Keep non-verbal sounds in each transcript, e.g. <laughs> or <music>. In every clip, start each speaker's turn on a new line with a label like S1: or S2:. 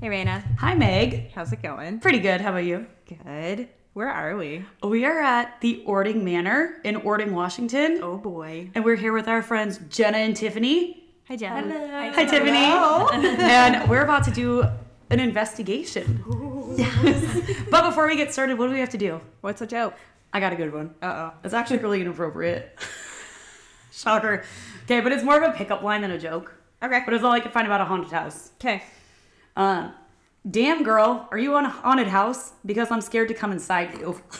S1: Hey, Raina.
S2: Hi, Meg.
S1: How's it going?
S2: Pretty good. How about you?
S1: Good. Where are we?
S2: We are at the Ording Manor in Ording, Washington,
S1: Oh boy.
S2: and we're here with our friends Jenna and Tiffany.
S1: Hi, Jen. Hello.
S2: Hi, Tiffany. <laughs> and we're about to do an investigation. Yes. but before we get started, what do we have to do?
S1: <laughs> What's a joke?
S2: I got a good one.
S1: Uh oh.
S2: It's actually really <laughs> inappropriate. Shocker. Okay, but it's more of a pickup line than a joke.
S1: Okay.
S2: But it's all I could find about a haunted house.
S1: Okay.
S2: Uh, damn girl, are you on a haunted house? Because I'm scared to come inside
S1: <laughs>
S2: you. <laughs>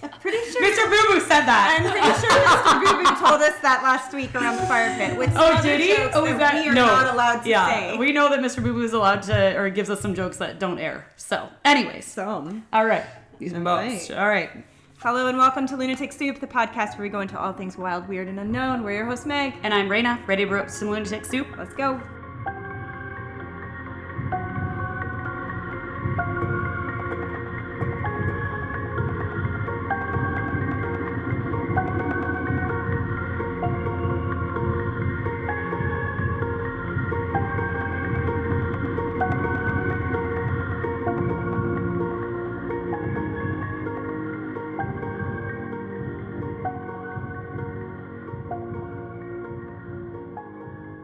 S1: Oh Pretty sure.
S2: Mr. Boo Boo said that.
S1: I'm pretty sure Mr. Boo Boo told us that last week around the fire pit. With some
S2: Oh,
S1: other
S2: did he?
S1: jokes
S2: Oh, is that
S1: we are
S2: no?
S1: not allowed to
S2: yeah,
S1: say.
S2: we know that Mr. Boo Boo is allowed to, or gives us some jokes that don't air. So, anyways,
S1: some.
S2: all right, these
S1: All
S2: most.
S1: right.
S2: All right,
S1: Hello and welcome to Lunatic Soup, the podcast where we go into all things wild, weird, and unknown. We're your host Meg.
S2: and I'm Raina, ready to brew up some lunatic soup.
S1: Let's go.
S2: So,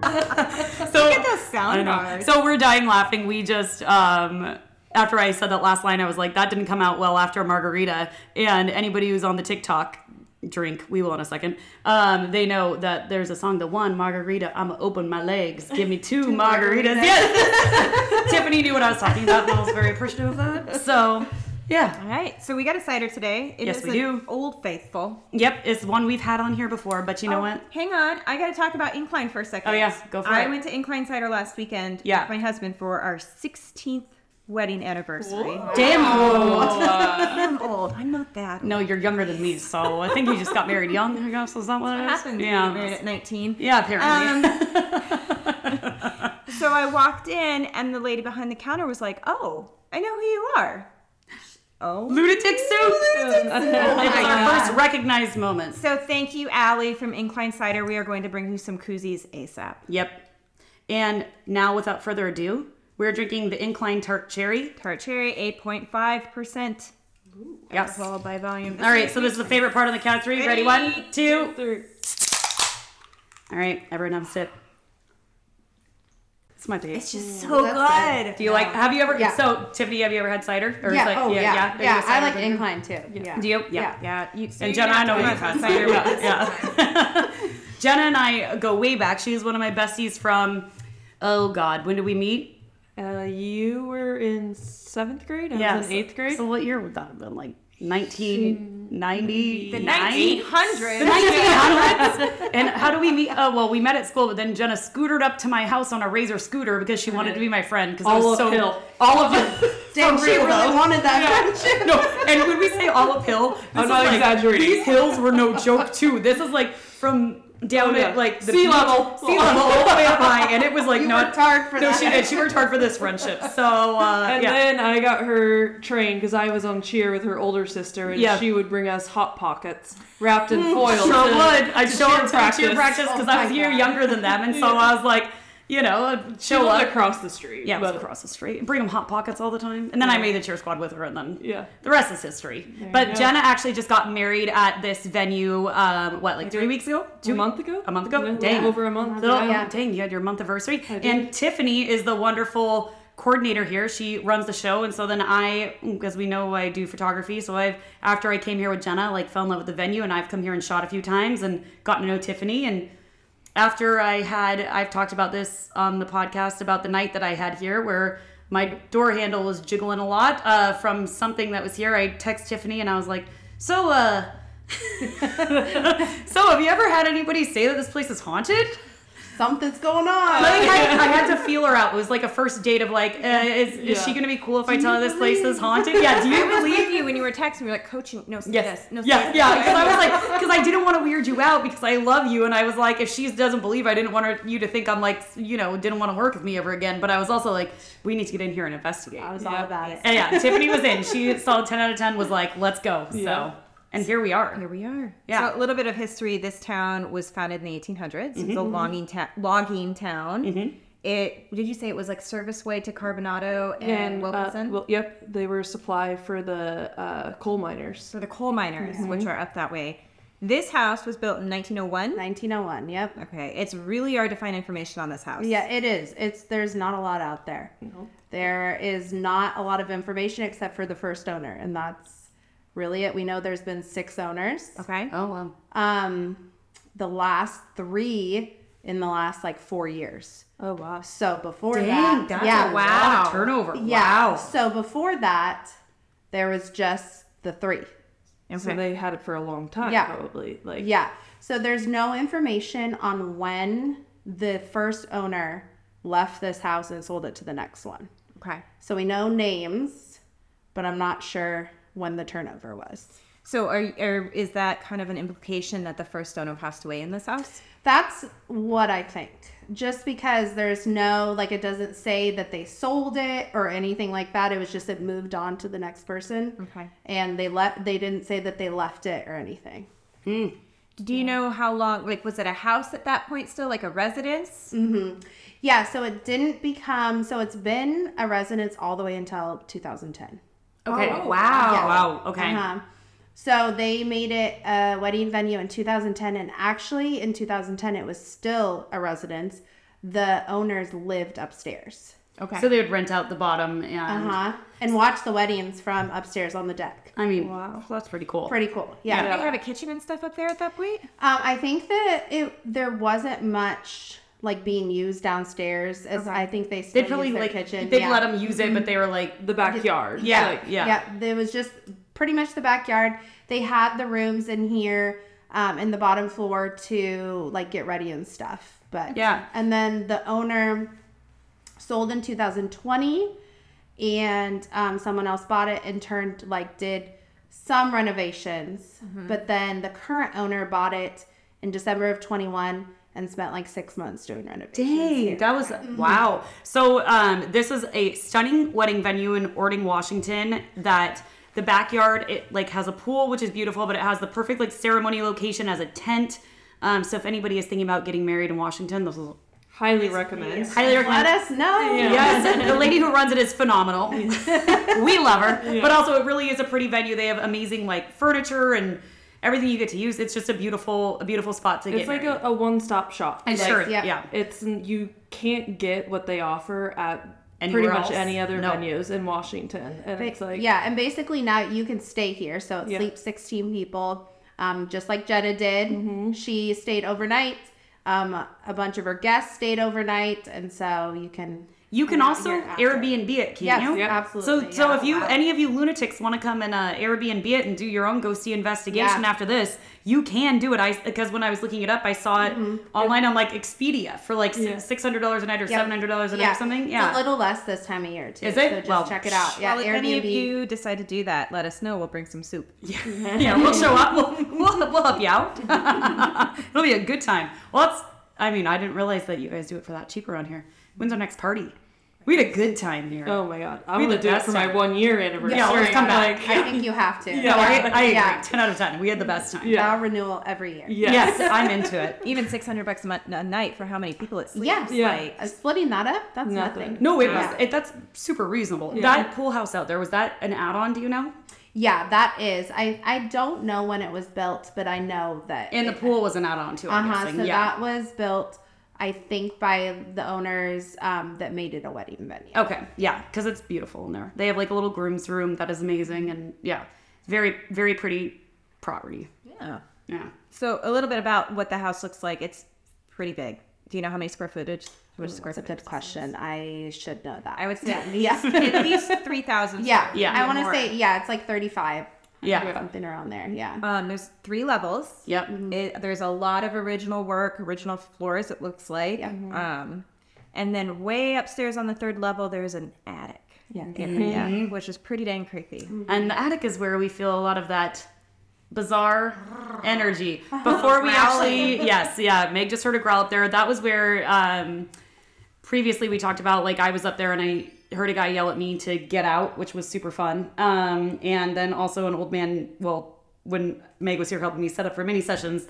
S1: Look at those sound
S2: I know.
S1: bars.
S2: So we're dying laughing. We just um after I said that last line, I was like, that didn't come out well after a margarita. And anybody who's on the TikTok drink, we will in a second. Um, they know that there's a song, the one margarita, I'ma open my legs. Give me <laughs> two, margaritas.
S1: margaritas.
S2: Yes. <laughs> Tiffany knew what I was talking about and I was very appreciative of that. So yeah.
S1: All right, so we got a cider today. It
S2: Yes,
S1: is
S2: we
S1: an
S2: do.
S1: Old Faithful.
S2: Yep, it's one we've had on here before, but you know
S1: Oh,
S2: what?
S1: Hang on, I got to talk about Incline for a second.
S2: Oh, yeah, go for
S1: I
S2: it.
S1: went to Incline Cider last weekend
S2: Yeah.
S1: with my husband for our 16th wedding anniversary.
S2: Damn old.
S1: <laughs> I'm old. I'm not that. old.
S2: No, you're younger than me, so I think you just got married young, I guess. Is that what it Um,
S1: What
S2: is?
S1: happens when
S2: Yeah.
S1: you get married at 19?
S2: Yeah, <laughs> apparently.
S1: So I walked in, and the lady behind the counter was like, "Oh, I know who you are."
S2: <laughs>
S1: Oh.
S2: Lunatic soup. Oh, it's our first recognized moment.
S1: So thank you, Allie from Incline Cider. We are going to bring you some koozies ASAP.
S2: Yep. And now, without further ado, we're drinking the Incline Tart Cherry.
S1: Tart cherry, 8.5 percent
S2: Yes. All
S1: alcohol by volume.
S2: right, so this is the favorite part of the count of three. Ready? One, two,
S1: three.
S2: All right, everyone have a sip. It's my favorite.
S3: It's just so
S1: So
S3: good.
S1: good.
S2: Do you like? Have you ever?
S3: Yeah.
S2: So Tiffany, have you ever had cider? Or
S3: Yeah.
S2: like-
S3: oh, yeah. Yeah.
S2: Are you a
S3: I
S2: cider
S3: like
S2: drinker?
S3: incline too. Yeah.
S2: Do you?
S3: Yeah.
S1: Yeah, you, so
S2: And
S1: you're
S2: Jenna, I
S1: gonna
S2: know
S1: have
S2: you've
S1: to
S2: had
S1: come
S3: <laughs>
S2: cider.
S1: up with
S2: Yeah, yeah. <laughs> Jenna and I go way back. She is one of my besties from. Oh God, when did we meet?
S4: Uh, you were in seventh grade. I was in
S2: so-
S4: eighth grade.
S2: So what year would that have been? Like 1990?
S1: The
S4: <laughs>
S2: 1900s.
S1: 1900s.
S2: and how do we meet? Oh, well, we met at school, but then Jenna scootered up to my house on a Razor scooter because she wanted to be my friend because I was so
S4: All of it.
S3: Damn,
S2: For
S3: Oh, she
S2: real,
S3: really
S2: though.
S3: wanted that
S2: <laughs>
S3: friendship.
S2: No, and when we say Olive Hill, this
S4: I'm
S2: is
S4: not
S2: like,
S4: exaggerating.
S2: These hills were no joke too. This is like from down
S4: Oh, yeah.
S2: at like
S4: Sea
S2: beach-
S4: level.
S2: sea level, all the way up high, and it was like
S3: You
S2: not
S3: worked hard for
S2: no,
S3: that.
S2: she did. She worked hard for this friendship. So uh,
S4: <laughs> And
S2: yeah.
S4: then I got her trained because I was on cheer with her older sister, and
S2: Yeah.
S4: she would bring us hot pockets wrapped
S2: <laughs>
S4: in foil.
S2: Sure
S4: to-
S2: would. I
S4: to
S2: show
S4: cheer
S2: up to cheer practice because
S3: Oh
S2: I was
S3: my
S2: a year
S3: God.
S2: younger than them, and so I was like, you know, I'd
S4: She
S2: show
S4: lived
S2: up.
S4: across the street.
S2: Yeah, it was
S4: but-
S2: across the street. Bring them hot pockets all the time, and then I made the cheer squad with her, and then
S4: Yeah.
S2: the rest is history.
S4: you
S2: But
S4: go.
S2: Jenna actually just got married at this venue. Um, what, like three
S4: did.
S2: weeks ago?
S4: a month ago.
S2: A month ago?
S4: Yeah, a little
S2: Dang.
S4: Over a month.
S2: Little,
S4: yeah.
S2: Dang, you had your month anniversary.
S4: did.
S2: And Tiffany is the wonderful coordinator here. She runs the show. And so then I, because we know I do photography, so I've, after I came here with Jenna, like fell in love with the venue and I've come here and shot a few times and gotten to know Tiffany. And after I had, I've talked about this on the podcast about the night that I had here where my door handle was jiggling a lot uh, from something that was here. I text Tiffany and I was like, so, uh, <laughs> so have you ever had anybody say that this place is haunted?
S3: Something's going on.
S2: Like, I, I had to feel her out. It was like a first date of like, uh, is,
S4: Yeah.
S2: is she gonna be cool if I tell her this place is haunted? Yeah, do you
S1: I was
S2: believe?
S1: with you when you were texting. You were like, coaching. No, say
S2: Yes.
S1: this. No, say
S2: yeah,
S1: this.
S2: yeah. Because I was like, because I didn't want to weird you out because I love you, and I was like, if she doesn't believe, I didn't want her, you to think I'm like, you know, didn't want to work with me ever again. But I was also like, we need to get in here and investigate.
S3: was
S4: Yeah.
S3: about it.
S2: And yeah, Tiffany was in. She saw 10 out of 10, was like, let's go. So
S4: Yeah.
S2: And here we are.
S1: Here we are.
S2: Yeah.
S1: So a little bit of history. This town was founded in the 1800s.
S3: Mm-hmm,
S1: It's a logging ta- logging town. It did you say it was like service way to Carbonado and,
S4: And uh,
S1: Wilkinson
S4: well, yep, they were supply for the uh, coal miners.
S1: for the coal miners,
S3: Mm-hmm.
S1: which are up that way. This house was built in 1901.
S3: 1901. Yep.
S1: Okay, it's really hard to find information on this house.
S3: Yeah, it is. It's there's not a lot out there. There is not a lot of information except for the first owner, and that's really it. We know there's been six owners.
S1: Okay.
S2: Oh wow.
S3: Um, the last three in the last like four years.
S4: Oh wow.
S3: So before
S2: Dang,
S3: that,
S2: that's
S3: yeah,
S2: a lot
S1: wow.
S2: of turnover.
S3: yeah.
S2: Wow.
S3: So before that, there was just the three.
S4: So they had it for a long time,
S3: Yeah.
S4: probably. Like
S3: Yeah. So there's no information on when the first owner left this house and sold it to the next one.
S1: Okay.
S3: So we know names, but I'm not sure when the turnover was.
S1: So are, are is that kind of an implication that the first owner passed away in this house?
S3: That's what I think. Just because there's no, like, it doesn't say that they sold it or anything like that. It was just it moved on to the next person.
S1: Okay.
S3: And they left, they didn't say that they left it or anything.
S1: Do you know how long? Like, was it a house at that point still, like a residence?
S3: Yeah. So it didn't become, so it's been a residence all the way until 2010.
S2: Okay.
S1: Oh, wow.
S2: Wow. Wow. Okay.
S3: Uh-huh. So they made it a wedding venue in 2010, and actually in 2010 it was still a residence. The owners lived upstairs.
S1: Okay.
S2: So they would rent out the bottom and
S3: Uh huh. And watched the weddings from upstairs on the deck.
S2: I mean, wow. that's pretty cool.
S3: Pretty cool. Yeah.
S1: Did they have a kitchen and stuff up there at that point?
S3: Um, I think that it there wasn't much like being used downstairs. As I think they still
S2: They'd probably
S3: used their
S2: like
S3: kitchen.
S2: they'd
S3: yeah.
S2: let them use it, but they were like,
S4: the backyard.
S2: yeah,
S4: Like,
S2: yeah,
S3: Yep, there was just pretty much the backyard. They had the rooms in here um, in the bottom floor to like get ready and stuff. But
S2: Yeah.
S3: and then the owner sold in 2020, and um, someone else bought it and turned like did some renovations. But then the current owner bought it in December of 21 and spent like six months doing renovations.
S2: Dang, that was
S3: Mm-hmm.
S2: wow. So um, this is a stunning wedding venue in Ording, Washington. That the backyard it like has a pool, which is beautiful, but it has the perfect like ceremony location as a tent. Um, so if anybody is thinking about getting married in Washington, this is
S4: Highly recommend.
S2: highly recommend.
S3: Let us know.
S2: Yes, and the lady who runs it is
S3: <laughs>
S2: phenomenal. we love her, but also it really is a pretty venue. They have amazing like furniture and everything you get to use. It's just a beautiful, a beautiful spot to
S4: It's
S2: get.
S4: like
S2: married.
S4: a, a one-stop shop.
S2: It
S4: Like,
S2: sure,
S3: yeah.
S2: yeah.
S4: It's you can't get what they offer at
S2: Anywhere
S4: pretty much
S2: else?
S4: any other
S2: No.
S4: venues in Washington, and
S3: Ba-
S4: it's like
S3: yeah, and basically now you can stay here, so it
S4: Yeah.
S3: sleeps sixteen people, um, just like Jetta did.
S2: Mm-hmm.
S3: She stayed overnight. Um, a bunch of her guests stayed overnight, and so you can.
S2: You can
S3: Yeah,
S2: also
S3: you're after.
S2: Airbnb it, can't
S3: Yes,
S2: you?
S3: yeah,
S2: So,
S3: absolutely.
S2: so
S3: yeah.
S2: if you
S3: Wow.
S2: any of you lunatics want to come and uh, Airbnb it and do your own go see investigation
S3: Yeah.
S2: after this, you can do it. I because when I was looking it up, I saw it
S3: Mm-hmm.
S2: online on like Expedia for like
S4: Yeah.
S2: six hundred dollars a night or
S3: Yeah.
S2: seven hundred dollars a night
S3: yeah.
S2: or something.
S3: it's
S2: Yeah,
S3: a little less this time of year too.
S2: Is it?
S3: So just
S2: Well,
S3: check it out. Yeah,
S1: Well, if
S3: Airbnb.
S1: any of you decide to do that, let us know. We'll bring some soup.
S2: yeah, we'll show
S3: <laughs>
S2: up. <laughs> We'll, we'll, we'll help you out. <laughs> It'll be a good time. Well, it's, I mean, I didn't realize that you guys do it for that cheap around here. When's our next party? We had a good time here.
S4: Oh my god, I
S2: Be
S4: want to
S2: the
S4: do it
S2: best
S4: for my
S2: time.
S4: one year anniversary.
S2: Yeah, let's come back.
S4: Like,
S3: I
S2: <laughs>
S3: think you have to.
S2: No, I, I agree.
S3: Yeah.
S2: Ten out of ten. We had the best time.
S4: Yeah.
S3: Vow renewal every year.
S4: yes.
S2: Yes, I'm into it.
S1: Even 600 bucks a, month, a night for how many people it sleeps.
S3: Yes.
S4: Yeah.
S1: Like,
S3: Uh, splitting that up, that's nothing.
S4: Nothing.
S2: No, it
S3: Yeah.
S2: was it, that's super reasonable.
S4: Yeah.
S2: That pool house out there was that an add-on? Do you know?
S3: Yeah, that is. I I don't know when it was built, but I know that
S2: And the
S3: it-
S2: pool was an add-on too. I'm
S3: Uh huh.
S2: guessing.
S3: So
S2: yeah.
S3: that was built, I think, by the owners um, that made it a wedding venue.
S2: okay. Yeah, because it's beautiful in there. They have like a little groom's room that is amazing, and yeah, very very pretty property.
S1: yeah.
S2: Yeah.
S1: So a little bit about what the house looks like. It's pretty big. Do you know how many square footage? How much square
S3: That's a
S1: footage?
S3: good question. I should know that.
S1: I
S3: <laughs>
S1: would say <laughs>
S3: yeah.
S1: at least 3,000.
S3: Yeah.
S2: Yeah.
S3: I want to
S1: More.
S3: say, yeah, it's like 35,
S2: Yeah.
S3: something around there. Yeah.
S1: Um, there's three levels.
S2: Yep.
S3: Mm-hmm.
S1: It, there's a lot of original work, original floors. It looks like.
S3: Yeah. Mm-hmm.
S1: Um, and then way upstairs on the third level, there's an attic.
S3: Yeah. Mm-hmm.
S1: Yeah,
S2: Mm-hmm.
S1: which is pretty dang creepy.
S2: And the attic is where we feel a lot of that bizarre energy. Before we actually, yes, yeah, Meg just heard a growl up there. That was where um, previously we talked about, like, I was up there and I heard a guy yell at me to get out, which was super fun. Um, and then also an old man, well, when Meg was here helping me set up for mini sessions,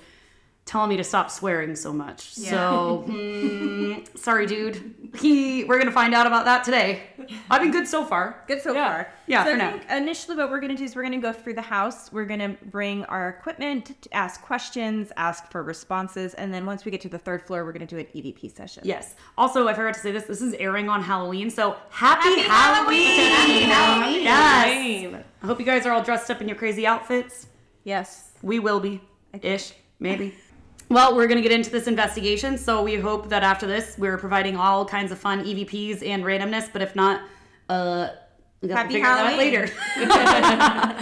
S2: telling me to stop swearing so much.
S1: Yeah.
S2: So, mm, sorry, dude. He, we're gonna find out about that today. I've been good so far.
S1: Good so
S4: Yeah.
S1: far.
S2: Yeah,
S1: So
S2: for
S1: I
S2: now.
S1: think initially, what we're going to do is we're going to go through the house. We're going to bring our equipment, to ask questions, ask for responses, and then once we get to the third floor, we're going to do an EVP session.
S2: Yes. Also, I forgot to say this. This is airing on Halloween, so happy, Halloween!
S3: Halloween.
S2: Yes.
S4: Fine.
S2: I hope you guys are all dressed up in your crazy outfits.
S1: Yes.
S2: We will be. Ish, <laughs> maybe. Well, we're going to get into this investigation, so we hope that after this, we're providing all kinds of fun EVPs and randomness, but if not, uh, we got to
S1: Happy
S2: figure that out
S1: Halloween.
S2: later. <laughs>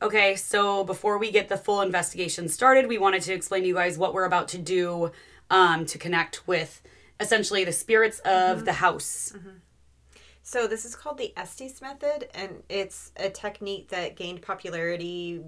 S2: Okay, so before we get the full investigation started, we wanted to explain to you guys what we're about to do um, to connect with essentially the spirits of the house.
S5: So this is called the Estes method, and it's a technique that gained popularity.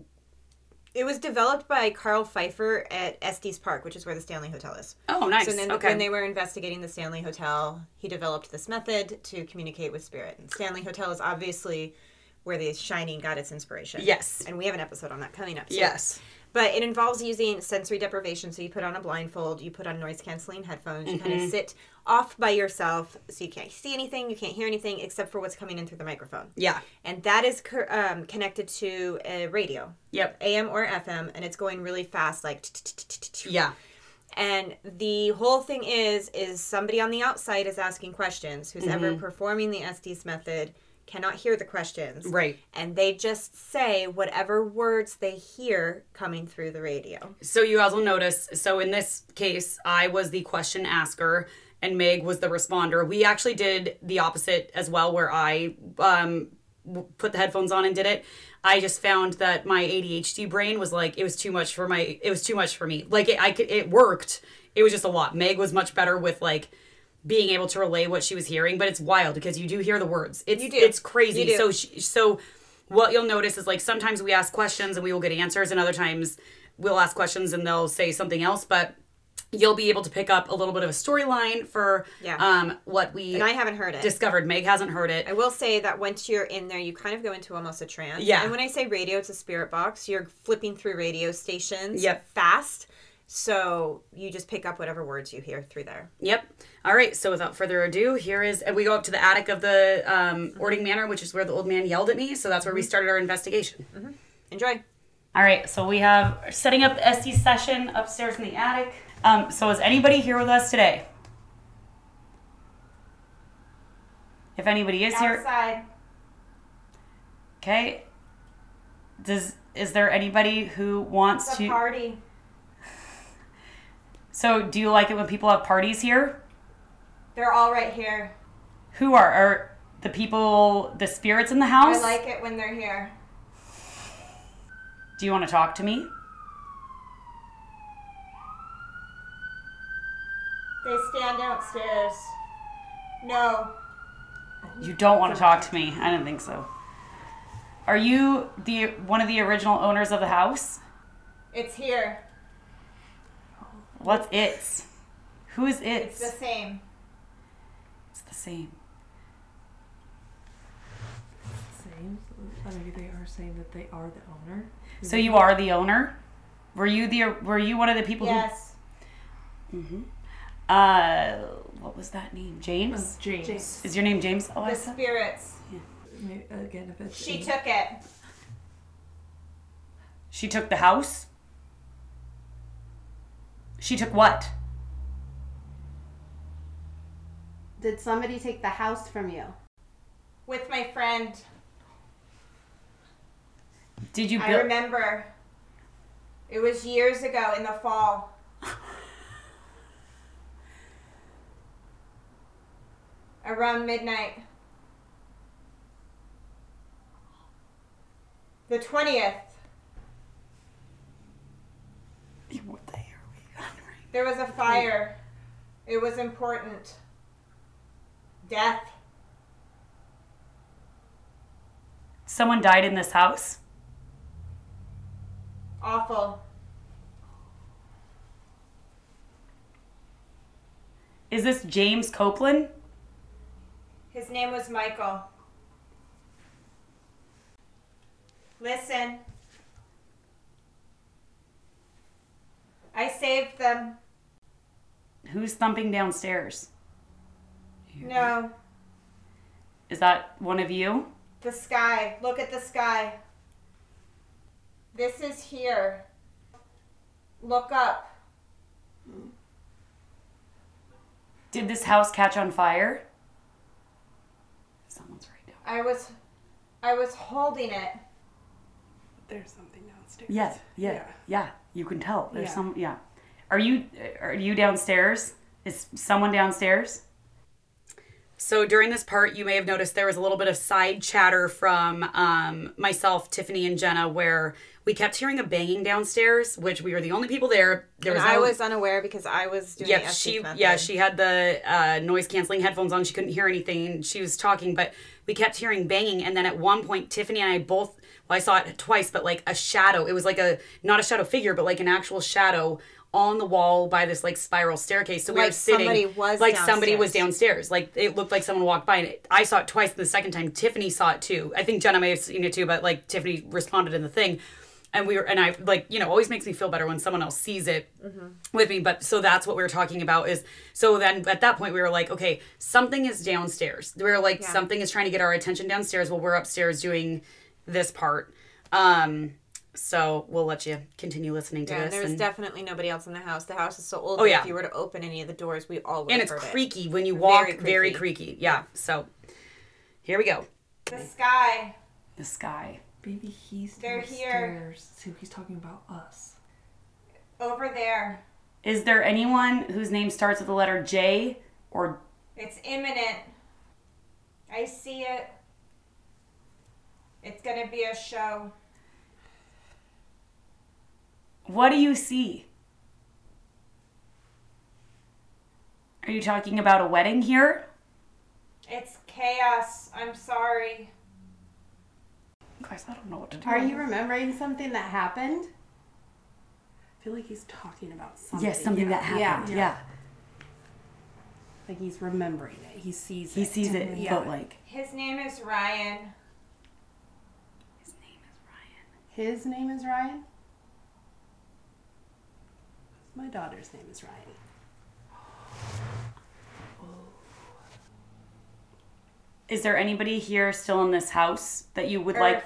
S5: It was developed by Carl Pfeiffer at Estes Park, which is where the Stanley Hotel is.
S2: Oh, nice.
S5: So then,
S2: okay.
S5: when they were investigating the Stanley Hotel, he developed this method to communicate with spirit. And Stanley Hotel is obviously where the Shining got its inspiration.
S2: Yes.
S5: And we have an episode on that coming up. soon.
S2: yes.
S5: But it involves using sensory deprivation. So you put on a blindfold, you put on noise canceling headphones, you kind
S2: Mm-hmm.
S5: of sit off by yourself so you can't see anything, you can't hear anything except for what's coming in through the microphone.
S2: Yeah.
S5: And that is cur- um, connected to a radio.
S2: Yep.
S5: AM or FM, and it's going really fast, like.
S2: Yeah.
S5: And the whole thing is, is somebody on the outside is asking questions. Who's ever
S2: Mm-hmm.
S5: performing the SDS method cannot hear the questions.
S2: Right.
S5: And they just say whatever words they hear coming through the radio.
S2: So you guys will notice. So in this case, I was the question asker, and Meg was the responder. We actually did the opposite as well, where I um, w- put the headphones on and did it. I just found that my ADHD brain was like it was too much for my. It was too much for me. Like it, I could, it worked. It was just a lot. Meg was much better with like being able to relay what she was hearing, but it's wild because you do hear the words. It's
S5: You do.
S2: it's crazy.
S5: You do.
S2: So she, so what you'll notice is like sometimes we ask questions and we will get answers and other times we'll ask questions and they'll say something else but you'll be able to pick up a little bit of a storyline for
S5: Yeah.
S2: um what we
S5: And I haven't heard it.
S2: discovered meg hasn't heard it
S5: I will say that once you're in there, you kind of go into almost a trance.
S2: Yeah.
S5: And when I say radio, it's a spirit box. You're flipping through radio stations
S2: Yep.
S5: fast. So you just pick up whatever words you hear through there.
S2: yep all right so without further ado here is and we go up to the attic of the um ording manor which is where the old man yelled at me so that's where we started our investigation
S5: Enjoy.
S2: Mm-hmm. All right, so we have are setting up the SD session upstairs in the attic. Um, so is anybody here with us today? If anybody is here,
S3: Outside.
S2: okay. Does is there anybody who wants to?
S5: Party.
S2: So do you like it when people have parties here?
S5: They're all right here.
S2: Who are are the people, the spirits in the house?
S5: it when they're here.
S2: Do you want to talk to me?
S5: They stand downstairs. No.
S2: You don't want to talk to me. I don't think so. Are you the one of the original owners of the house?
S5: It's here.
S2: What's its? Who is its?
S5: same.
S2: It's the same.
S4: Same. so Maybe they are saying that they are the owner.
S2: So you are the owner. Were you the? Were you one of the people who? Uh, what was that name? James.
S4: James.
S2: Is your name James? Oh, I said.
S5: spirits.
S4: May- Again, if it's Amy.
S5: took it.
S2: She took the house. She took what?
S3: Did somebody take the house from you?
S5: With my friend.
S2: Did you
S5: I
S2: build?
S5: remember. It was years ago in the fall. Around midnight. The 20th.
S2: What the hell are we on right
S5: There was a fire. It was important. Death.
S2: now? Someone died in this house.
S5: Awful.
S2: Is this James Copeland?
S5: His name was Michael. Listen. I saved them.
S2: Who's thumping downstairs?
S5: No,
S2: Is that one of you?
S5: the sky. Look at the sky. This is here. Look up.
S2: Did this house catch on fire? Someone's right now.
S5: I was, I was holding it.
S4: There's something downstairs.
S2: Yeah, yeah, yeah. you can tell. There's
S4: Yeah.
S2: some. Yeah. Are you are you downstairs? Is someone downstairs? So during this part, you may have noticed there was a little bit of side chatter from um, myself, Tiffany, and Jenna, where we kept hearing a banging downstairs, which we were the only people there. There
S5: And
S2: no-
S5: I was unaware because I was doing
S2: Yep,
S5: Estes
S2: she
S5: method.
S2: yeah she had the uh, noise canceling headphones on. She couldn't hear anything. and She was talking, but we kept hearing banging. And then at one point, Tiffany and I both well, I saw it twice, but like a shadow. It was like a not a shadow figure, but like an actual shadow on the wall by this like spiral staircase. So we were
S5: Like
S2: sitting
S5: somebody was
S2: like somebody was
S5: downstairs.
S2: downstairs. Like it looked like someone walked by. And it, I saw it twice. And the second time, Tiffany saw it too. I think Jenna may have seen it too, but like Tiffany responded in the thing. And we were, and I like, you know, always makes me feel better when someone else sees it
S5: Mm-hmm.
S2: with me. But so that's what we were talking about is so then at that point we were like, okay, something is downstairs. We were like, something is trying to get our attention downstairs while we're upstairs doing this part. Um, so we'll let you continue listening to
S5: Yeah,
S2: this.
S5: there was
S2: and-
S5: definitely nobody else in the house. The house is so old.
S2: Oh,
S5: that
S2: yeah.
S5: If you were to open any of the doors, we all would
S2: and
S5: have
S2: it's
S5: heard it.
S2: creaky when you walk very
S5: Very
S2: creaky.
S5: creaky.
S2: yeah so here we go
S5: The sky.
S2: the sky
S4: Baby, he's
S5: They're here.
S4: downstairs. So he's talking about us.
S5: Over there.
S2: is there anyone whose name starts with the letter j or
S5: It's imminent. I see it. It's gonna be a show.
S2: what do you see are you talking about a wedding here
S5: It's chaos. I'm sorry.
S2: guys i don't know what to do
S3: Are you remembering something that happened?
S4: I feel like he's talking about something.
S2: yes something that happened yeah,
S3: Yeah. Like he's remembering it. He sees
S2: he
S3: it.
S2: sees it
S3: Yeah.
S2: but like
S5: His name is Ryan.
S2: his name is
S3: His name is Ryan. My daughter's name is Ryan.
S2: ryan is there anybody here still in this house that you would like
S5: Earth.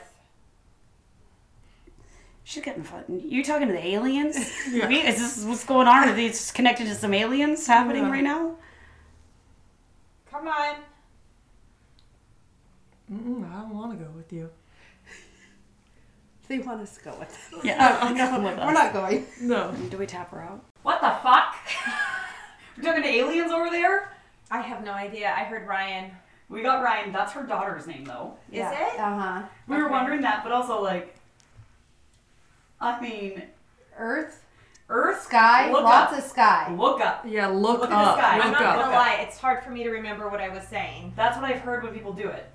S2: She's getting fun. You talking to the aliens? We- Is this what's going on? Are these connected to some aliens happening right now?
S5: Come on.
S4: Mm-mm, I don't want to go with you.
S3: They want us to go with them. <laughs> Oh,
S2: Yeah.
S3: We're not going.
S4: No.
S2: Do we tap her out? What the
S5: <laughs>
S2: fuck? We're talking to aliens over there?
S5: I have no idea. I heard Ryan.
S2: We got Ryan. That's her daughter's name, though.
S5: Is it?
S3: Uh huh.
S2: We were wondering that, but also, like, I mean,
S3: Earth,
S2: Earth,
S3: sky,
S2: look
S3: lots
S2: up.
S3: of sky.
S2: Look up.
S4: Uh, Yeah, look,
S2: Look at the
S4: up.
S2: sky.
S4: Look
S5: I'm not
S4: up.
S5: gonna lie. It's hard for me to remember what I was saying.
S2: That's what I've heard when people do it.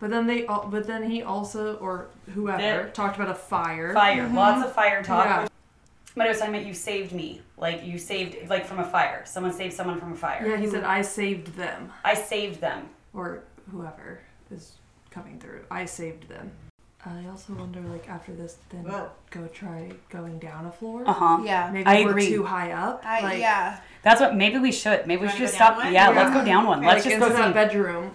S4: But then they, al- but then he also or whoever
S2: That-
S4: talked about a fire.
S2: Fire.
S5: Mm-hmm.
S2: Lots of fire talk.
S4: Yeah.
S2: But it was talking about you saved me. Like, you saved, like, from a fire. Someone saved someone from a fire.
S4: Yeah, he said I saved them
S2: I saved them.
S4: or whoever is coming through. I saved them. I also wonder, like after this, then
S5: Whoa.
S4: go try going down a floor.
S2: Uh huh.
S3: Yeah.
S4: Maybe
S2: I
S4: we're
S2: agree.
S4: too high up.
S3: I,
S4: like,
S3: yeah.
S2: That's what maybe we should. Maybe we
S5: wanna
S2: should
S5: go
S2: just
S5: down
S2: stop.
S5: one?
S2: Yeah,
S5: Yeah.
S2: let's go down one.
S4: Like
S2: Let's just
S4: into
S2: go
S4: that
S2: see.
S4: bedroom.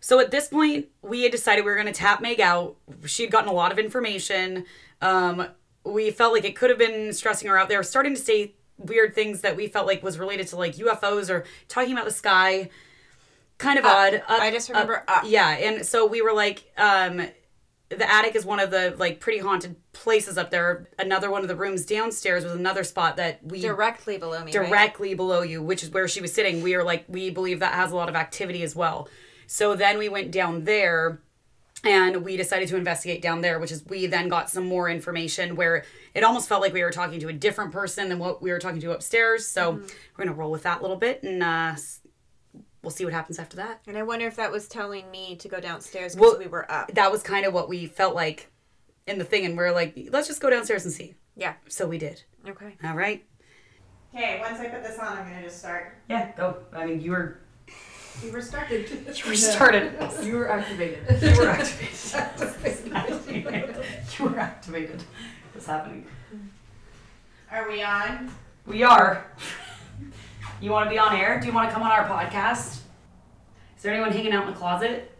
S2: So at this point, we had decided we were going to tap Meg out. She had gotten a lot of information. Um, we felt like it could have been stressing her out. They were starting to say weird things that we felt like was related to like UFOs or talking about the sky. Kind of odd. Up,
S5: Uh, I just remember uh, up.
S2: Yeah, and so we were like, um, the attic is one of the like pretty haunted places up there. Another one of the rooms downstairs was another spot that we
S5: Directly below me. right?
S2: directly below you, which is where she was sitting. We are like, we believe that has a lot of activity as well. So then we went down there and we decided to investigate down there, which is we then got some more information where it almost felt like we were talking to a different person than what we were talking to upstairs. So
S5: Mm-hmm.
S2: we're going to roll with that a little bit and uh, s- we'll see what happens after that.
S5: And I wonder if that was telling me to go downstairs because
S2: Well-
S5: we were up.
S2: That was kind of what we felt like in the thing. And we are like, let's just go downstairs and see.
S5: Yeah.
S2: So we did.
S5: Okay.
S2: All right.
S5: Okay. Once I put this on, I'm gonna just start.
S2: Yeah, go. I mean, you were
S5: You were started.
S2: <laughs> you started.
S4: You were activated.
S2: You were
S6: <laughs>
S2: activated. you were activated. What's happening?
S3: Are we on?
S6: We are. you want to be on air? Do you want to come on our podcast? Is there anyone hanging out in the closet?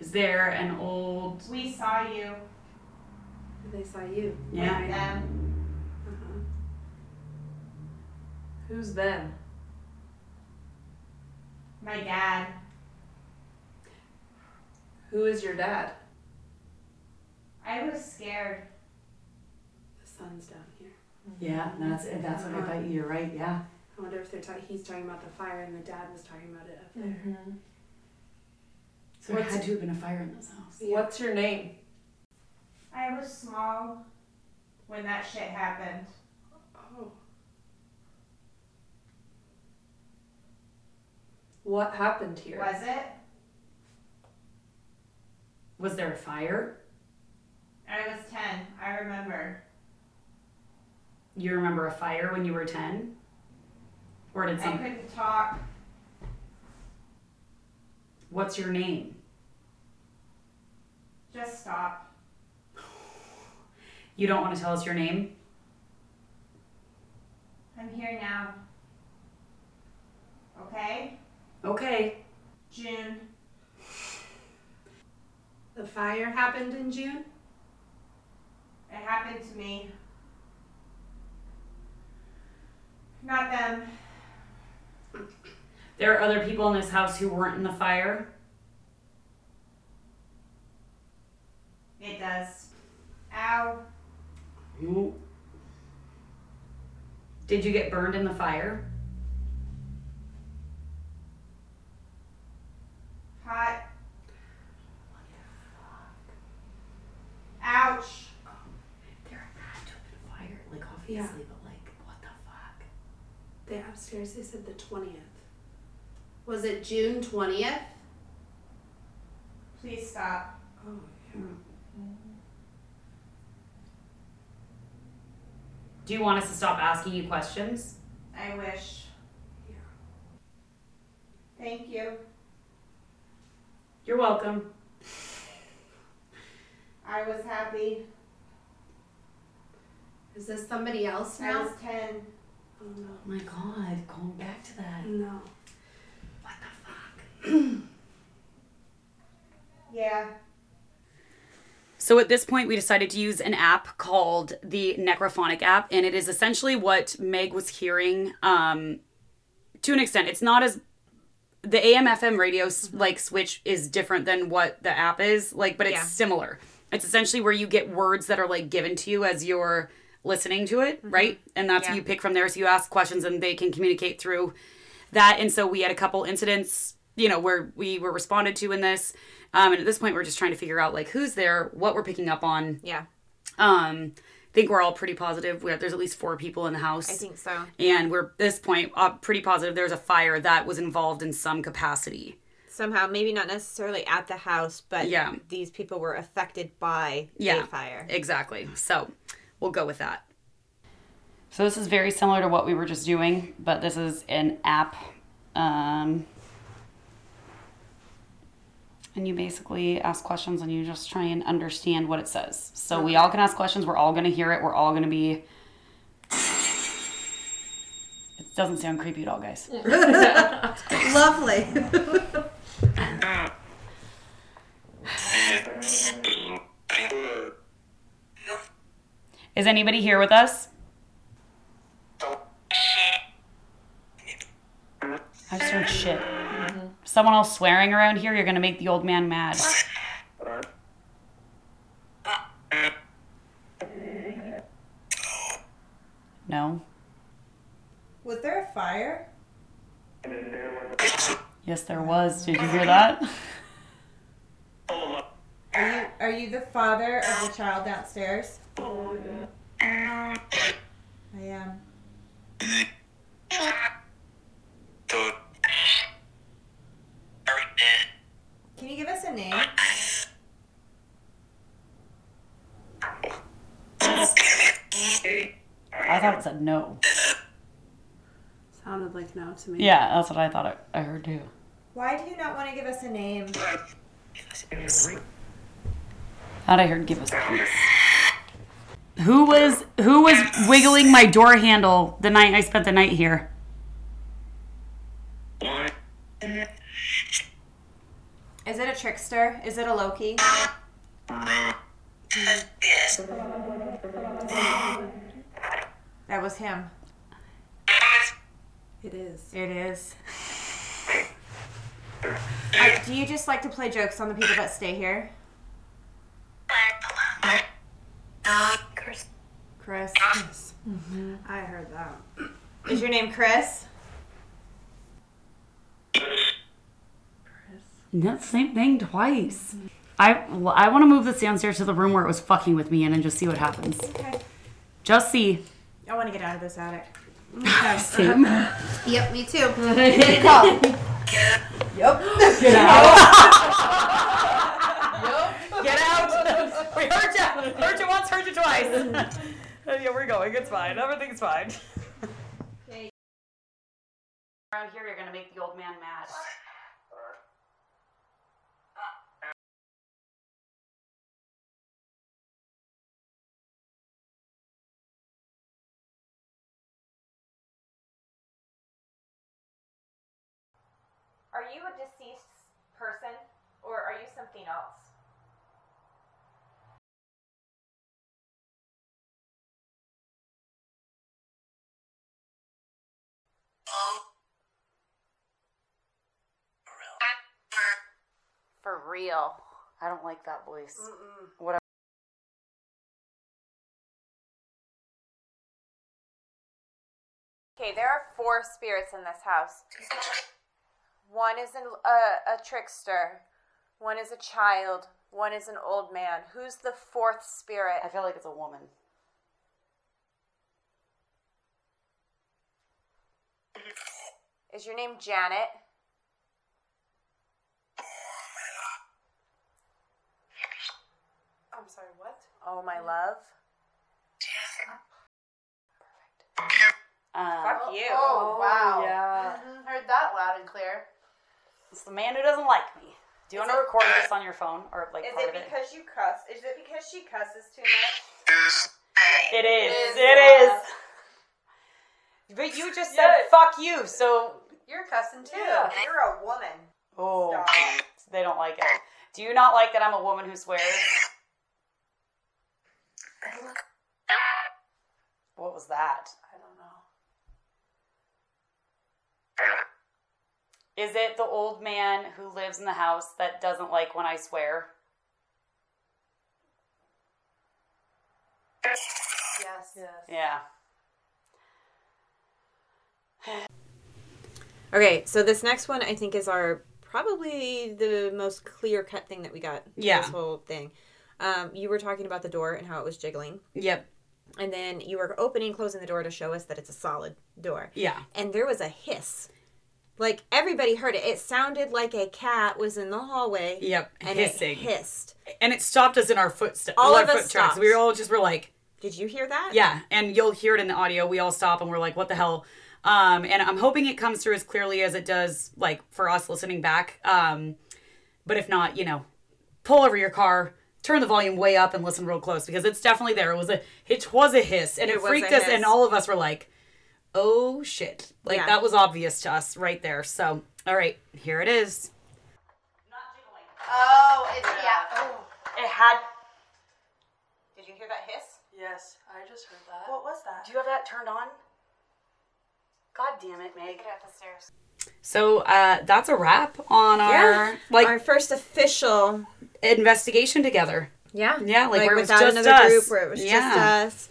S6: Is there an old.
S1: We saw you.
S3: They saw you.
S6: Yeah.
S1: Them.
S4: <laughs> Who's them?
S1: My dad.
S4: Who is your dad?
S1: I was scared.
S3: The sun's down here.
S6: Yeah, that's it. That's what I bet you. You're right. Yeah.
S3: I wonder if they're talking. He's talking about the fire, and the dad was talking about it up there.
S6: So there had to have been a fire in this house.
S4: What's your name?
S1: I was small when that shit happened.
S3: Oh,
S4: What happened here?
S1: it?
S6: Was there a fire?
S1: I was 10. I remember.
S6: You remember a fire when you were 10? Or did some.
S1: couldn't talk.
S6: What's your name?
S1: Just stop.
S6: You don't want to tell us your name?
S1: I'm here now. Okay?
S6: Okay.
S1: June.
S3: the fire happened in June.
S1: It happened to me. Not them.
S6: There are other people in this house who weren't in the fire.
S1: It does. Ow.
S6: Did you get burned in the fire?
S1: Hot. Ouch.
S6: There had to have been a fire, like obviously,
S3: Yeah.
S6: but like, what the fuck?
S3: They upstairs. They said the twentieth. Was it June twentieth?
S1: Please stop.
S3: Oh, yeah.
S6: Do you want us to stop asking you questions?
S1: I wish.
S3: Yeah.
S1: Thank you.
S6: You're welcome.
S1: I was happy.
S3: Is this somebody else
S1: I
S3: now?
S1: was 10.
S3: Oh no.
S6: Oh my god, going back to that.
S3: No.
S6: What the fuck?
S1: Yeah.
S6: So at this point, we decided to use an app called the Necrophonic app, and it is essentially what Meg was hearing. Um, to an extent, it's not as the AM/FM radio s
S5: Mm-hmm.
S6: like switch is different than what the app is like, but it's
S5: Yeah.
S6: similar. It's essentially where you get words that are like given to you as you're listening to it, right? And that's
S5: Mm-hmm. Yeah.
S6: what you pick from there. So you ask questions, and they can communicate through that. And so we had a couple incidents, you know, where we were responded to in this. Um, and at this point, we're just trying to figure out like who's there, what we're picking up on.
S5: Yeah,
S6: Um, I think we're all pretty positive. We have, there's at least four people in the house.
S5: I think so.
S6: And we're at this point uh, pretty positive there's a fire that was involved in some capacity.
S5: Somehow, maybe not necessarily at the house, but
S6: Yeah.
S5: these people were affected by
S6: Yeah.
S5: the fire.
S6: Exactly. So we'll go with that. So this is very similar to what we were just doing, but this is an app. Um, and you basically ask questions and you just try and understand what it says. So we all can ask questions. We're all going to hear it. We're all going to be. It doesn't sound creepy at all, guys.
S5: Lovely.
S6: Is anybody here with us? I just heard shit. Someone else swearing around here, you're gonna make the old man mad. No.
S1: Was there a fire?
S6: Yes, there was. Did you hear that?
S1: Are you are you the father of the child downstairs? I am. Can you give us a name?
S6: I thought it said no.
S3: Sounded like no to me.
S6: Yeah, that's what I thought I I heard too.
S1: Why do you not want to give us a name?
S6: Thought I heard give us peace.
S2: Who was who was wiggling my door handle the night I spent the night here?
S5: Is it a trickster? Is it a Loki? That was him.
S4: It is.
S5: It is. I, do you just like to play jokes on the people that stay here? Chris.
S4: I heard that.
S5: Is your name Chris?
S2: That same thing twice. I well, I want to move this downstairs to the room where it was fucking with me and then just see what happens.
S5: Okay.
S2: Just see.
S5: I want to get out of this attic.
S2: Same.
S3: Yep, me too.
S2: Get out! <laughs> we heard you. Heard you once. Heard you twice. <laughs> yeah, we're going. It's fine. Everything's fine. Around here, you're gonna make the old man mad.
S1: Are you a deceased person or are you something else?
S2: For real. I don't like that voice.
S1: Okay, there are four spirits in this house. One is an, a, a trickster, one is a child, one is an old man. Who's the fourth spirit?
S2: I feel like it's a woman.
S1: Is your name Janet?
S2: Oh,
S1: I'm sorry, what? Oh, my love.
S2: Um,
S5: Fuck you.
S3: Oh, wow.
S2: <laughs> yeah.
S3: Mhm, Heard that loud and clear.
S2: it's the man who doesn't like me. Do you want to record this on your phone or like
S5: Is
S2: part
S5: it
S2: of it?
S5: because you cuss? Is it because she cusses too much?
S2: It is.
S3: is,
S2: It is. But you just said fuck you, so
S3: You're cussing too.
S5: Yeah. You're a woman.
S2: oh, they don't like it. Do you not like that I'm a woman who swears? What was that? I don't know. Is it the old man who lives in the house that doesn't like when I swear?
S3: Yes.
S2: Yeah.
S5: Okay, so this next one I think is our probably the most clear cut thing that we got. in
S2: Yeah.
S5: This whole thing. Um, you were talking about the door and how it was jiggling.
S2: Yep.
S5: And then you were opening, closing the door to show us that it's a solid door.
S2: Yeah.
S5: And there was a hiss. Like everybody heard it. It sounded like a cat was in the hallway.
S6: Yep,
S5: And
S6: hissing.
S5: it hissed.
S6: and it stopped us in our footsteps.
S5: All
S6: our
S5: of us
S6: foot tracks.
S5: stopped.
S6: We were all just were like,
S5: Did you hear that?
S6: yeah. And you'll hear it in the audio. We all stop and we're like, what the hell? Um, and I'm hoping it comes through as clearly as it does, like for us listening back. Um, but if not, you know, pull over your car, turn the volume way up, and listen real close because it's definitely there. It was a it was a hiss, and it,
S5: It was
S6: freaked
S5: a
S6: us,
S5: hiss.
S6: and all of us were like, oh shit! Like
S5: Yeah.
S6: that was obvious to us right there. So all right, here it is.
S3: Oh, it's yeah. Oh.
S2: It had.
S5: Did you hear that hiss?
S4: Yes, I just heard that.
S1: What was that?
S2: Do you have that turned on? God damn it, Meg.
S1: Get out the stairs.
S6: So uh, that's a wrap on our like
S5: our first official.
S6: investigation together.
S5: Yeah.
S6: Yeah, like, where it was
S5: without
S6: just
S5: another
S6: us.
S5: group where it was
S6: Yeah.
S5: just us.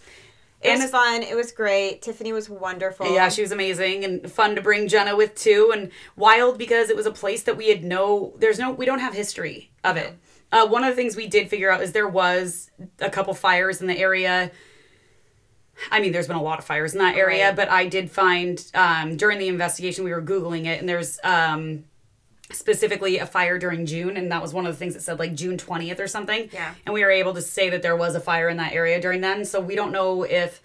S5: It
S6: And
S5: was
S6: it's-
S5: fun. It was great. Tiffany was wonderful.
S6: Yeah, she was amazing and fun to bring Jenna with too, and wild because it was a place that we had no. There's no. We don't have history of it. Uh, one of the things we did figure out is there was a couple fires in the area. I mean, there's been a lot of fires in that area, but I did find um, during the investigation we were googling it, and there's um, specifically a fire during June, and that was one of the things that said like June 20th or something.
S5: Yeah.
S6: And we were able to say that there was a fire in that area during then. So we don't know if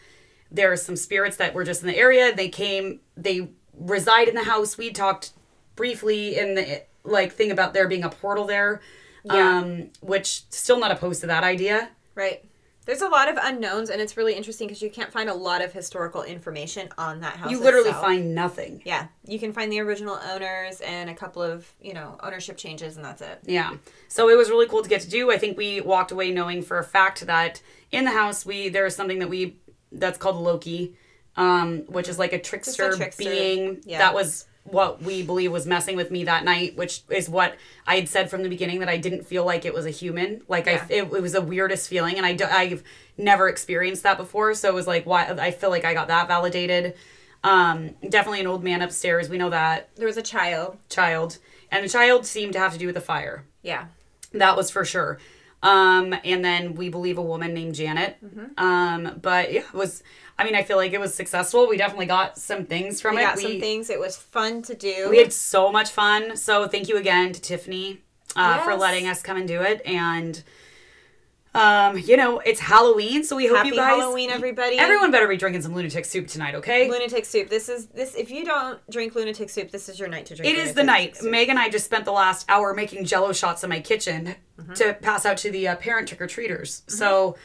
S6: there are some spirits that were just in the area. They came, they reside in the house. We talked briefly in the like thing about there being a portal there.
S5: Yeah.
S6: Um, which still not opposed to that idea.
S5: Right. There's a lot of unknowns, and it's really interesting because you can't find a lot of historical information on that house.
S6: You literally
S5: itself.
S6: find nothing.
S5: Yeah, you can find the original owners and a couple of you know ownership changes, and that's it.
S6: Yeah. So it was really cool to get to do. I think we walked away knowing for a fact that in the house we there is something that we that's called Loki, um, which is like a trickster,
S5: trickster.
S6: being
S5: Yeah.
S6: that was what we believe was messing with me that night, which is what I had said from the beginning that I didn't feel like it was a human. Like I, it, it was the weirdest feeling, and I do, I've never experienced that before. So it was like why I feel like I got that validated. Um, definitely an old man upstairs. We know that
S5: There was a child.
S6: child, and the child seemed to have to do with the fire.
S5: Yeah,
S6: That was for sure. Um, and then we believe a woman named Janet.
S5: Mm-hmm.
S6: Um, but yeah, it was. I mean, I feel like it was successful. We definitely got some things from
S5: we
S6: it.
S5: got
S6: we,
S5: some things. It was fun to do.
S6: we had so much fun. So thank you again to Tiffany uh, for
S5: Yes.
S6: letting us come and do it. And um, you know, it's Halloween, so we hope
S5: Happy
S6: you guys.
S5: Halloween, everybody.
S6: Everyone better be drinking some lunatic soup tonight, okay?
S5: Lunatic soup. This is this. If you don't drink lunatic soup, this is your night to drink.
S6: It is the night. Meg and I just spent the last hour making jello shots in my kitchen to pass out to the uh, parent trick or treaters.
S5: Mm-hmm.
S6: So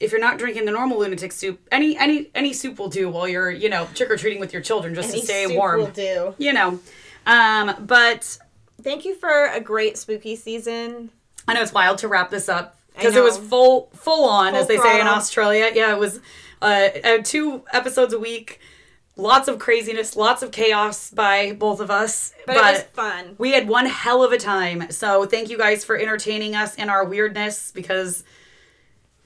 S6: if you're not drinking the normal lunatic soup, any any any soup will do while you're, you know, trick or treating with your children just to stay warm.
S5: Will do.
S6: You know. Um, but
S5: Thank you for a great spooky season.
S6: I know it's wild to wrap this up
S5: I
S6: because it was
S5: know.
S6: full full on
S5: Full
S6: as they say in
S5: throttle.
S6: Australia. Yeah, it was uh, uh, two episodes a week. Lots of craziness, lots of chaos by both of us.
S5: But, it was fun.
S6: We had one hell of a time. So thank you guys for entertaining us in our weirdness because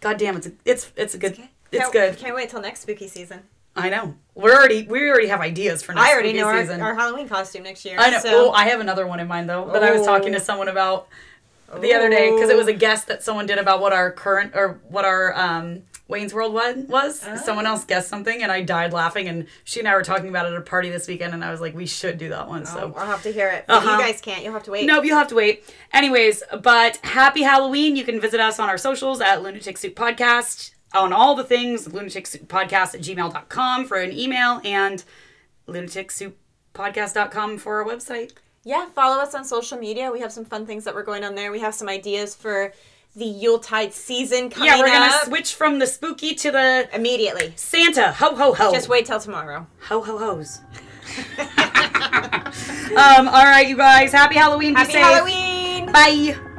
S6: god damn it's it's it's a good it's
S5: Can't-
S6: good.
S5: Can't wait till next spooky season.
S6: I know. We're already we already have ideas for next
S5: I already
S6: spooky
S5: know our,
S6: season.
S5: our Halloween costume next year.
S6: I know.
S5: So
S6: oh, I have another one in mind though that I was talking to
S5: Oh.
S6: someone about the other day because it was a guess that someone did about what our current or what our um Wayne's World one was. Someone else guessed something and I died laughing and she and I were talking about it at a party this weekend and I was like we should do that one. so
S5: I'll have to hear it. But
S6: Uh-huh.
S5: You guys can't. You'll have to wait.
S6: Nope, you'll have to wait. Anyways, but happy Halloween. You can visit us on our socials at Lunatic Soup Podcast, on all the things, lunatic soup podcast at gmail.com for an email, and lunatic soup podcast.com for our website.
S5: Yeah, follow us on social media. We have some fun things that we're going on there. We have some ideas for the Yuletide season coming
S6: Yeah, we're going
S5: up.
S6: to switch from the spooky to the
S5: Immediately.
S6: Santa. Ho, ho, ho.
S5: Just wait till tomorrow.
S6: Ho, ho, hoes. <laughs> um, all right, you guys. Happy Halloween. Be
S5: Happy
S6: safe.
S5: Halloween!
S6: Bye.